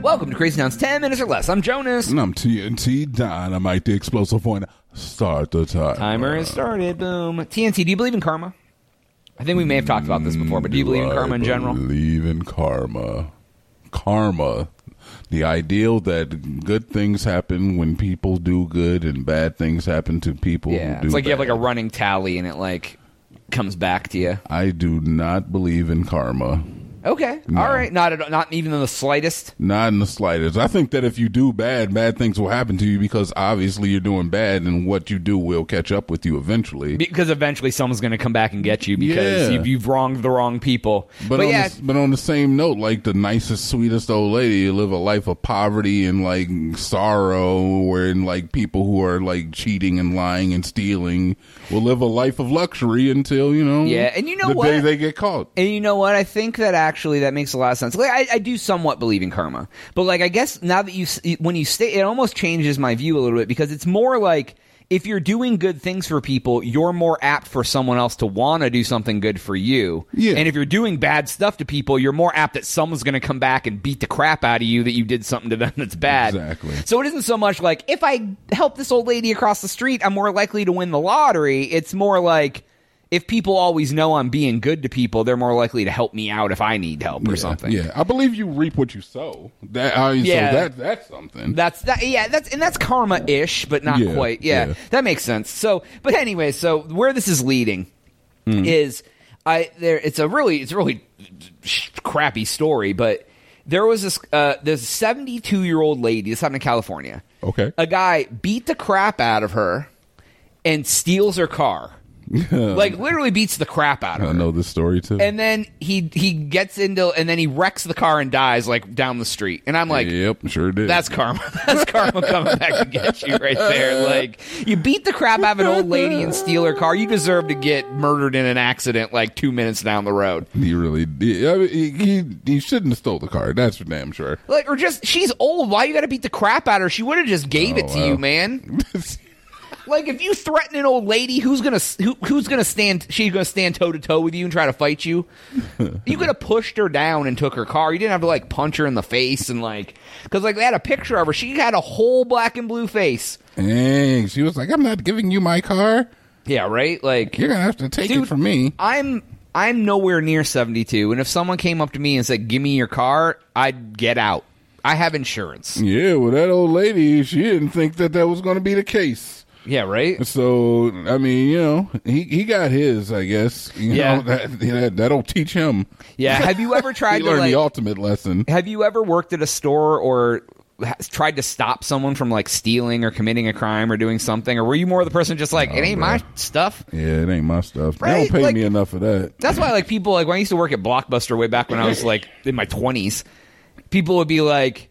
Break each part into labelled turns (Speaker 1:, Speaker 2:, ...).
Speaker 1: Welcome to Crazy Town's 10 Minutes or Less. I'm Jonas.
Speaker 2: And I'm TNT Dynamite, the explosive point. Start the timer.
Speaker 1: Timer has started. Boom. TNT, do you believe in karma? I think we may have talked about this before, but do you believe in
Speaker 2: I
Speaker 1: karma in general?
Speaker 2: believe in karma. Karma. The ideal that good things happen when people do good and bad things happen to people
Speaker 1: Yeah.
Speaker 2: who do
Speaker 1: It's like you have like
Speaker 2: bad.
Speaker 1: a running tally and it like comes back to you.
Speaker 2: I do not believe in karma.
Speaker 1: Okay. All right. Not at, not even in the slightest.
Speaker 2: Not in the slightest. I think that if you do bad, bad things will happen to you because obviously you're doing bad and what you do will catch up with you eventually.
Speaker 1: Because eventually someone's going to come back and get you because
Speaker 2: Yeah.
Speaker 1: you've, you've wronged the wrong people. But,
Speaker 2: But, on
Speaker 1: yeah,
Speaker 2: the, but on the same note, like the nicest, sweetest old lady, you live a life of poverty and like sorrow, where and like people who are like cheating and lying and stealing will live a life of luxury until you know,
Speaker 1: Yeah, and you know
Speaker 2: the
Speaker 1: what?
Speaker 2: day they get caught.
Speaker 1: And you know what? I think that actually that makes a lot of sense. Like, I, I do somewhat believe in karma, but like I guess now that you s- when you stay, it almost changes my view a little bit because it's more like if you're doing good things for people, you're more apt for someone else to want to do something good for you.
Speaker 2: Yeah.
Speaker 1: And if you're doing bad stuff to people, you're more apt that someone's going to come back and beat the crap out of you that you did something to them that's bad.
Speaker 2: Exactly.
Speaker 1: So it isn't so much like if I help this old lady across the street, I'm more likely to win the lottery. It's more like if people always know I'm being good to people, they're more likely to help me out if I need help or
Speaker 2: yeah,
Speaker 1: something.
Speaker 2: Yeah, I believe you reap what you sow. That I mean,
Speaker 1: Yeah.
Speaker 2: so that that's something.
Speaker 1: That's that. Yeah, that's and that's karma ish, but not
Speaker 2: Yeah,
Speaker 1: quite. Yeah,
Speaker 2: yeah.
Speaker 1: that makes sense. So, but anyway, so where this is leading
Speaker 2: Hmm.
Speaker 1: is I there. It's a really it's a really sh- crappy story, but there was this uh, there's a 72 year old lady. This happened in California.
Speaker 2: Okay.
Speaker 1: a guy beat the crap out of her and steals her car. like literally beats the crap out of her.
Speaker 2: I know this story too.
Speaker 1: And then he he gets into and then he wrecks the car and dies like down the street. And I'm like,
Speaker 2: yep, sure did.
Speaker 1: that's karma. That's karma coming back to get you right there. Like you beat the crap out of an old lady and steal her car. You deserve to get murdered in an accident like two minutes down the road.
Speaker 2: he really did. I mean, he, he he shouldn't have stole the car. That's for damn sure.
Speaker 1: Like or just she's old. Why you got to beat the crap out of her? She would have just gave it
Speaker 2: Oh,
Speaker 1: to
Speaker 2: wow.
Speaker 1: you, man. Like if you threaten an old lady, who's gonna who, who's gonna stand? She's gonna stand toe to toe with you and try to fight you. You could have pushed her down and took her car. You didn't have to like punch her in the face and like because like they had a picture of her. She had a whole black and blue face.
Speaker 2: Dang, she was like, "I'm not giving you my car.
Speaker 1: Yeah, right. Like
Speaker 2: You're gonna have to take it
Speaker 1: Dude,
Speaker 2: from me."
Speaker 1: I'm I'm nowhere near 72, and if someone came up to me and said, "Give me your car," I'd get out. I have insurance.
Speaker 2: Yeah, well, that old lady, she didn't think that that was going to be the case.
Speaker 1: Yeah, right.
Speaker 2: So, I mean, you know, he, he got his, I guess. You
Speaker 1: Yeah.
Speaker 2: know, that, that, that'll teach him.
Speaker 1: Yeah. Have you ever tried
Speaker 2: he
Speaker 1: to
Speaker 2: learned
Speaker 1: like?
Speaker 2: the ultimate lesson.
Speaker 1: have you ever worked at a store or ha- tried to stop someone from like stealing or committing a crime or doing something, or were you more the person just like, "It ain't my
Speaker 2: Oh, bro.
Speaker 1: stuff."
Speaker 2: Yeah, it ain't my stuff. They
Speaker 1: Right?
Speaker 2: don't pay
Speaker 1: Like-
Speaker 2: me enough for that.
Speaker 1: That's why, like, people like when I used to work at Blockbuster way back when I was like in my twenties, people would be like,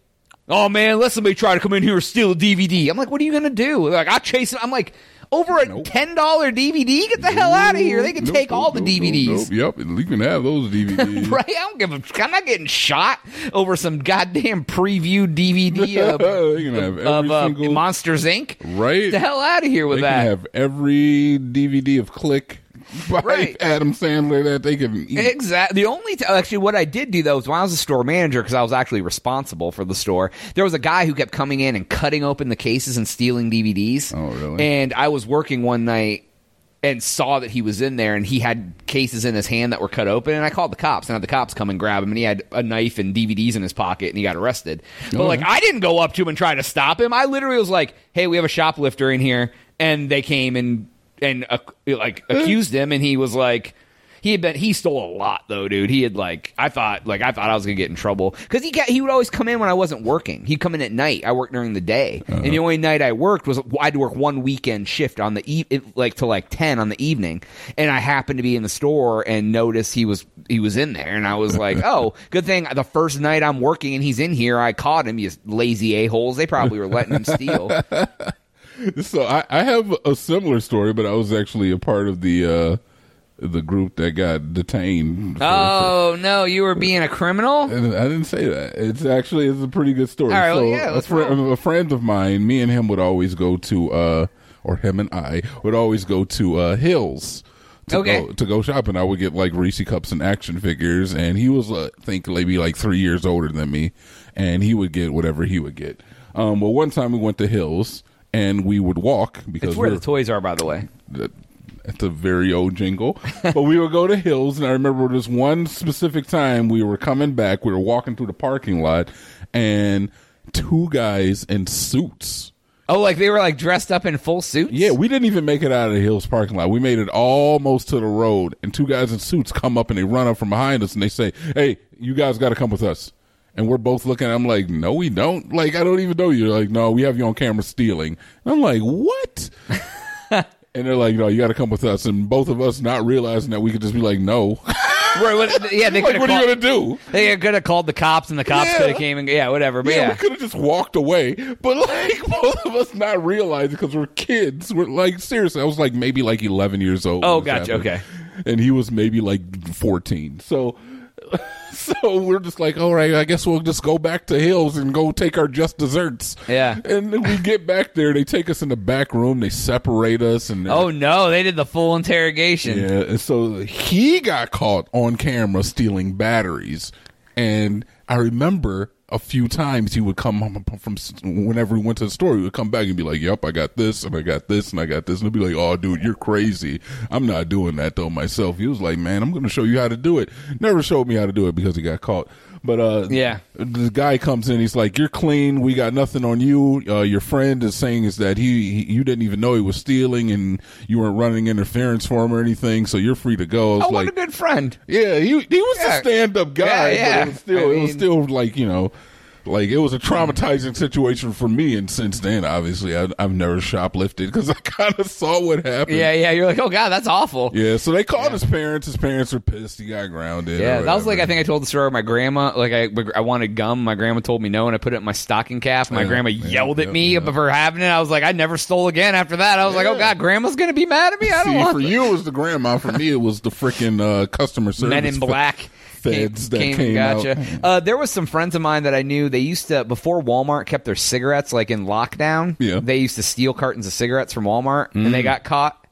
Speaker 1: "Oh man, let somebody try to come in here and steal a DVD." I'm like, "What are you gonna do?" They're like, "I chase it." I'm like, "Over a ten dollar DVD? Get the hell out of here! They can
Speaker 2: Nope,
Speaker 1: take all the
Speaker 2: nope, nope,
Speaker 1: DVDs."
Speaker 2: nope, Yep, you can have those DVDs.
Speaker 1: Right, I don't give a. I'm not getting shot over some goddamn preview DVD of,
Speaker 2: You can have every
Speaker 1: of uh,
Speaker 2: single-
Speaker 1: Monsters Inc.
Speaker 2: Right?
Speaker 1: the hell out of here with
Speaker 2: they
Speaker 1: that.
Speaker 2: can have every DVD of Click by
Speaker 1: Right.
Speaker 2: Adam Sandler that they can eat.
Speaker 1: Exactly. The only t- actually, what I did do though was when I was a store manager, because I was actually responsible for the store. There was a guy who kept coming in and cutting open the cases and stealing DVDs.
Speaker 2: Oh, really?
Speaker 1: And I was working one night and saw that he was in there, and he had cases in his hand that were cut open. And I called the cops, and had the cops come and grab him. And he had a knife and DVDs in his pocket, and he got arrested. But
Speaker 2: Oh.
Speaker 1: like, I didn't go up to him and try to stop him. I literally was like, "Hey, we have a shoplifter in here," and they came and and uh, like accused him, and he was like. He had been he stole a lot though, dude. He had like I thought like I thought I was gonna get in trouble because he got he would always come in when I wasn't working. He'd come in at night. I worked during the day, and the only night I worked was I'd work one weekend shift on the e- it- like to like ten on the evening, and I happened to be in the store and noticed he was he was in there, and I was like, oh, good thing the first night I'm working and he's in here, I caught him. You lazy a holes. They probably were letting him steal.
Speaker 2: So I, I have a similar story, but I was actually a part of the uh, the group that got detained. for-
Speaker 1: oh no, you were being a criminal.
Speaker 2: and I didn't say that. It's actually it's a pretty good story.
Speaker 1: All right, well,
Speaker 2: so
Speaker 1: yeah,
Speaker 2: a,
Speaker 1: let's
Speaker 2: fri-
Speaker 1: roll.
Speaker 2: a friend of mine, me and him would always go to, uh, or him and I would always go to uh, Hills to
Speaker 1: Okay.
Speaker 2: go, to go shopping, I would get like Reese cups and action figures, and he was uh, I think maybe like three years older than me, and he would get whatever he would get. Um, well, one time we went to Hills and we would walk because
Speaker 1: It's where
Speaker 2: we
Speaker 1: the toys are, by the way.
Speaker 2: that- that's a very old jingle. but we would go to Hills, and I remember this one specific time we were coming back. We were walking through the parking lot, and two guys in suits.
Speaker 1: Oh, like they were like dressed up in full suits.
Speaker 2: Yeah, we didn't even make it out of the Hills parking lot. We made it almost to the road, and two guys in suits come up and they run up from behind us and they say, "Hey, you guys got to come with us." And we're both looking. I'm like, "No, we don't." Like, I don't even know you. They're like, "No, we have you on camera stealing." And I'm like, "What?" and they're like, "No, you got to come with us." And both of us not realizing that we could just be like, "No."
Speaker 1: Right, what- yeah. They could
Speaker 2: like,
Speaker 1: have
Speaker 2: what are you gonna do?
Speaker 1: They could have called the cops, and the cops
Speaker 2: Yeah.
Speaker 1: could have came and yeah, whatever. But
Speaker 2: Yeah, we
Speaker 1: yeah,
Speaker 2: could have just walked away, but like both of us not realizing because we're kids. We're like seriously, I was like maybe like eleven years old.
Speaker 1: Oh,
Speaker 2: when this
Speaker 1: gotcha,
Speaker 2: happened.
Speaker 1: okay.
Speaker 2: and he was maybe like fourteen. So, so we're just like, all right, I guess we'll just go back to Hills and go take our just desserts.
Speaker 1: Yeah.
Speaker 2: and then we get back there. They take us in the back room. They separate us, and
Speaker 1: oh no, they did the full interrogation.
Speaker 2: yeah, and so he got caught on camera stealing batteries, and I remember a few times he would come home from whenever he went to the store, he would come back and be like, "Yep, I got this, and I got this, and I got this," and he'd be like, "Oh, dude, you're crazy. I'm not doing that though myself." He was like, "Man, I'm going to show you how to do it." Never showed me how to do it because he got caught. But uh,
Speaker 1: Yeah.
Speaker 2: the guy comes in. He's like, "You're clean. We got nothing on you. Uh, your friend is saying is that he, he you didn't even know he was stealing, and you weren't running interference for him or anything. So you're free to go." I was
Speaker 1: Oh, what
Speaker 2: like,
Speaker 1: a good friend.
Speaker 2: "Yeah, he he was
Speaker 1: Yeah.
Speaker 2: a stand up guy,
Speaker 1: Yeah, yeah.
Speaker 2: but it was still
Speaker 1: I
Speaker 2: it was
Speaker 1: mean-
Speaker 2: still like you know." Like it was a traumatizing situation for me, and since then, obviously, I, I've never shoplifted because I kind of saw what happened.
Speaker 1: Yeah, yeah. You're like, oh god, that's awful.
Speaker 2: yeah. So they called his parents. His parents were pissed. He got grounded. or
Speaker 1: Yeah, that was like
Speaker 2: whatever.
Speaker 1: I think I told the story of my grandma. Like I, I wanted gum. My grandma told me no, and I put it in my stocking cap. My
Speaker 2: Yeah,
Speaker 1: grandma
Speaker 2: yeah,
Speaker 1: yelled at
Speaker 2: yeah,
Speaker 1: me
Speaker 2: yeah.
Speaker 1: for having it. I was like, I never stole again after that. I was like, oh
Speaker 2: Yeah.
Speaker 1: god, grandma's gonna be mad at me. I don't
Speaker 2: See,
Speaker 1: want
Speaker 2: for you it was the grandma. For me, it was the freaking uh, customer service.
Speaker 1: Men in
Speaker 2: fe-
Speaker 1: Black.
Speaker 2: feds that came
Speaker 1: gotcha.
Speaker 2: out.
Speaker 1: Uh, there was some friends of mine that I knew. They used to before Walmart kept their cigarettes like in lockdown.
Speaker 2: Yeah. Mm.
Speaker 1: they used to steal cartons of cigarettes from Walmart, and they got caught.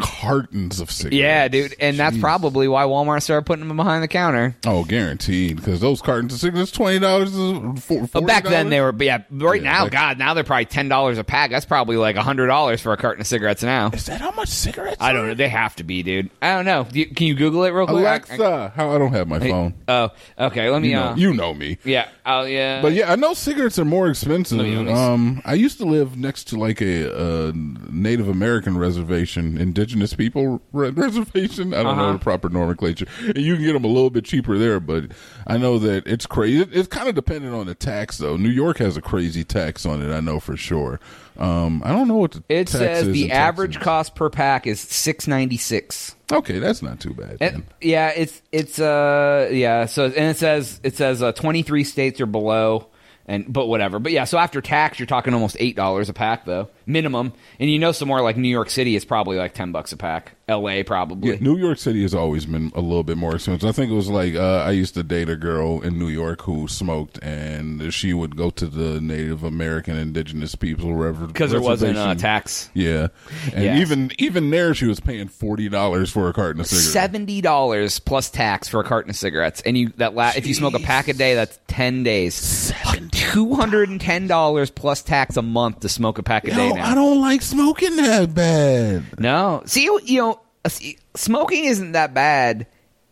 Speaker 2: cartons of cigarettes.
Speaker 1: Yeah, dude, and that's
Speaker 2: Jeez.
Speaker 1: probably why Walmart started putting them behind the counter.
Speaker 2: oh, guaranteed because those cartons of cigarettes twenty dollars.
Speaker 1: But
Speaker 2: But
Speaker 1: back then they were, yeah. Right
Speaker 2: Yeah,
Speaker 1: now,
Speaker 2: back-
Speaker 1: God, now they're probably ten dollars a pack. That's probably like hundred dollars for a carton of cigarettes now.
Speaker 2: Is that how much cigarettes?
Speaker 1: I don't know. They have to be, dude. I don't know. Do you- can you Google it real quick?
Speaker 2: Alexa, how I don't have my phone.
Speaker 1: Oh, okay. Let me.
Speaker 2: You
Speaker 1: uh,
Speaker 2: know, you know me.
Speaker 1: yeah. I'll, yeah.
Speaker 2: But yeah, I know cigarettes are more expensive.
Speaker 1: me- let me see.
Speaker 2: Um, I used to live next to like a, a Native American reservation, indigenous people re- reservation. I don't
Speaker 1: Uh-huh.
Speaker 2: know the proper nomenclature. And you can get them a little bit cheaper there, but I know that it's crazy. It, it's kind of dependent on the tax, though. New York has a crazy tax on it. I know for sure. Um, I don't know what the
Speaker 1: It
Speaker 2: tax
Speaker 1: says
Speaker 2: is
Speaker 1: the
Speaker 2: in Texas.
Speaker 1: average cost per pack is six ninety six.
Speaker 2: Okay, that's not too bad. then.
Speaker 1: Yeah, it's it's uh yeah. So and it says it says uh, twenty three states or below, and but whatever. But yeah, so after tax, you're talking almost eight dollars a pack though minimum. And you know, somewhere like New York City is probably like ten bucks a pack. L.A. probably.
Speaker 2: Yeah, New York City has always been a little bit more expensive. I think it was like uh, I used to date a girl in New York who smoked, and she would go to the Native American Indigenous People Reservation
Speaker 1: because there wasn't uh, tax.
Speaker 2: Yeah, and
Speaker 1: Yes.
Speaker 2: even even there, she was paying forty dollars for a carton of cigarettes.
Speaker 1: Seventy dollars plus tax for a carton of cigarettes, and you that la- if you smoke a pack a day, that's ten days. Two hundred and ten dollars plus tax a month to smoke a pack a day.
Speaker 2: Yo,
Speaker 1: Now.
Speaker 2: I don't like smoking that bad.
Speaker 1: No. See, you you know, see, smoking isn't that bad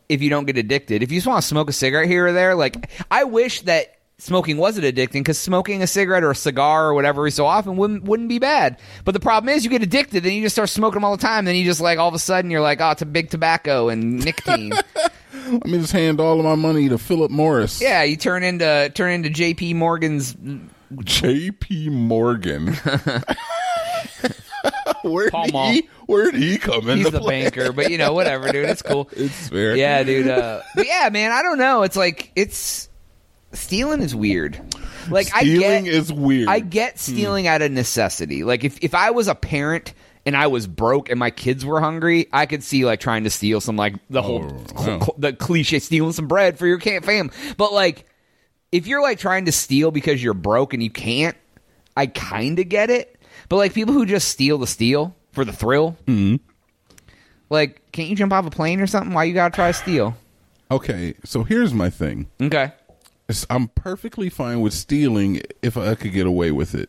Speaker 1: if you don't get addicted. If you just want to smoke a cigarette here or there, like I wish that smoking wasn't addicting because smoking a cigarette or a cigar or whatever every so often wouldn't wouldn't be bad. But the problem is you get addicted and you just start smoking them all the time. Then you just like all of a sudden you're like, oh, it's a big tobacco and nicotine.
Speaker 2: Let me just hand all of my money to Philip Morris.
Speaker 1: yeah, you turn into turn into J.P. Morgan's
Speaker 2: J.P. Morgan. where
Speaker 1: Pall
Speaker 2: did
Speaker 1: Mall.
Speaker 2: he? Where did he come in?
Speaker 1: he's
Speaker 2: the
Speaker 1: the banker, but you know whatever, dude. It's cool.
Speaker 2: It's fair.
Speaker 1: Yeah, dude. Uh, but yeah, man. I don't know. It's like it's stealing is weird. Like I
Speaker 2: Stealing
Speaker 1: get,
Speaker 2: is weird.
Speaker 1: I get stealing out of necessity. Like if if I was a parent and I was broke and my kids were hungry, I could see like trying to steal some like the whole
Speaker 2: Oh, wow.
Speaker 1: cl- the cliche stealing some bread for your can't fam. But like if you're like trying to steal because you're broke and you can't, I
Speaker 2: Mm-hmm.
Speaker 1: kind of get it. But like people who just steal to steal for the thrill, Like, can't you jump off a plane or something? Why you gotta try to steal?
Speaker 2: Okay, so here's my thing.
Speaker 1: Okay.
Speaker 2: It's- I'm perfectly fine with stealing if I could get away with it.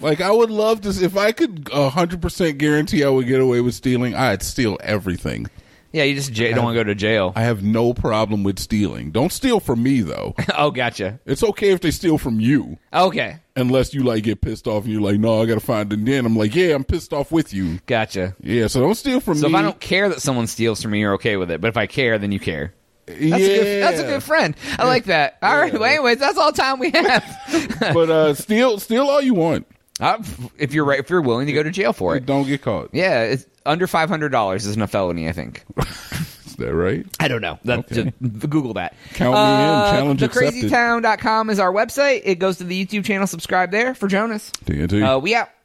Speaker 2: like I would love to if I could 100% guarantee I would get away with stealing, I'd steal everything.
Speaker 1: Yeah, you just j- don't want to go to jail.
Speaker 2: I have no problem with stealing. Don't steal from me though.
Speaker 1: oh, gotcha.
Speaker 2: It's okay if they steal from you
Speaker 1: Okay,
Speaker 2: unless you like get pissed off and you're like, "No, I got to find it." Then I'm like, "Yeah, I'm pissed off with you."
Speaker 1: gotcha.
Speaker 2: Yeah, so don't steal from
Speaker 1: So
Speaker 2: me.
Speaker 1: if I don't care that someone steals from me, you're okay with it. But if I care, then you care. That's, a, good, that's a good friend. I like that. All right. Well, anyways, that's all time we have.
Speaker 2: but uh, steal, steal all you want.
Speaker 1: Uh, if you're right, if you're willing to go to jail for it,
Speaker 2: Don't get caught.
Speaker 1: yeah, it's under five hundred dollars isn't a felony. I think.
Speaker 2: Is that right?
Speaker 1: I don't know. That,
Speaker 2: Okay.
Speaker 1: just- Google that. Uh,
Speaker 2: Count me in. Challenge accepted.
Speaker 1: thecrazytown.com is our website. It goes to the YouTube channel. Subscribe there for Jonas.
Speaker 2: TNT.
Speaker 1: Uh, we out.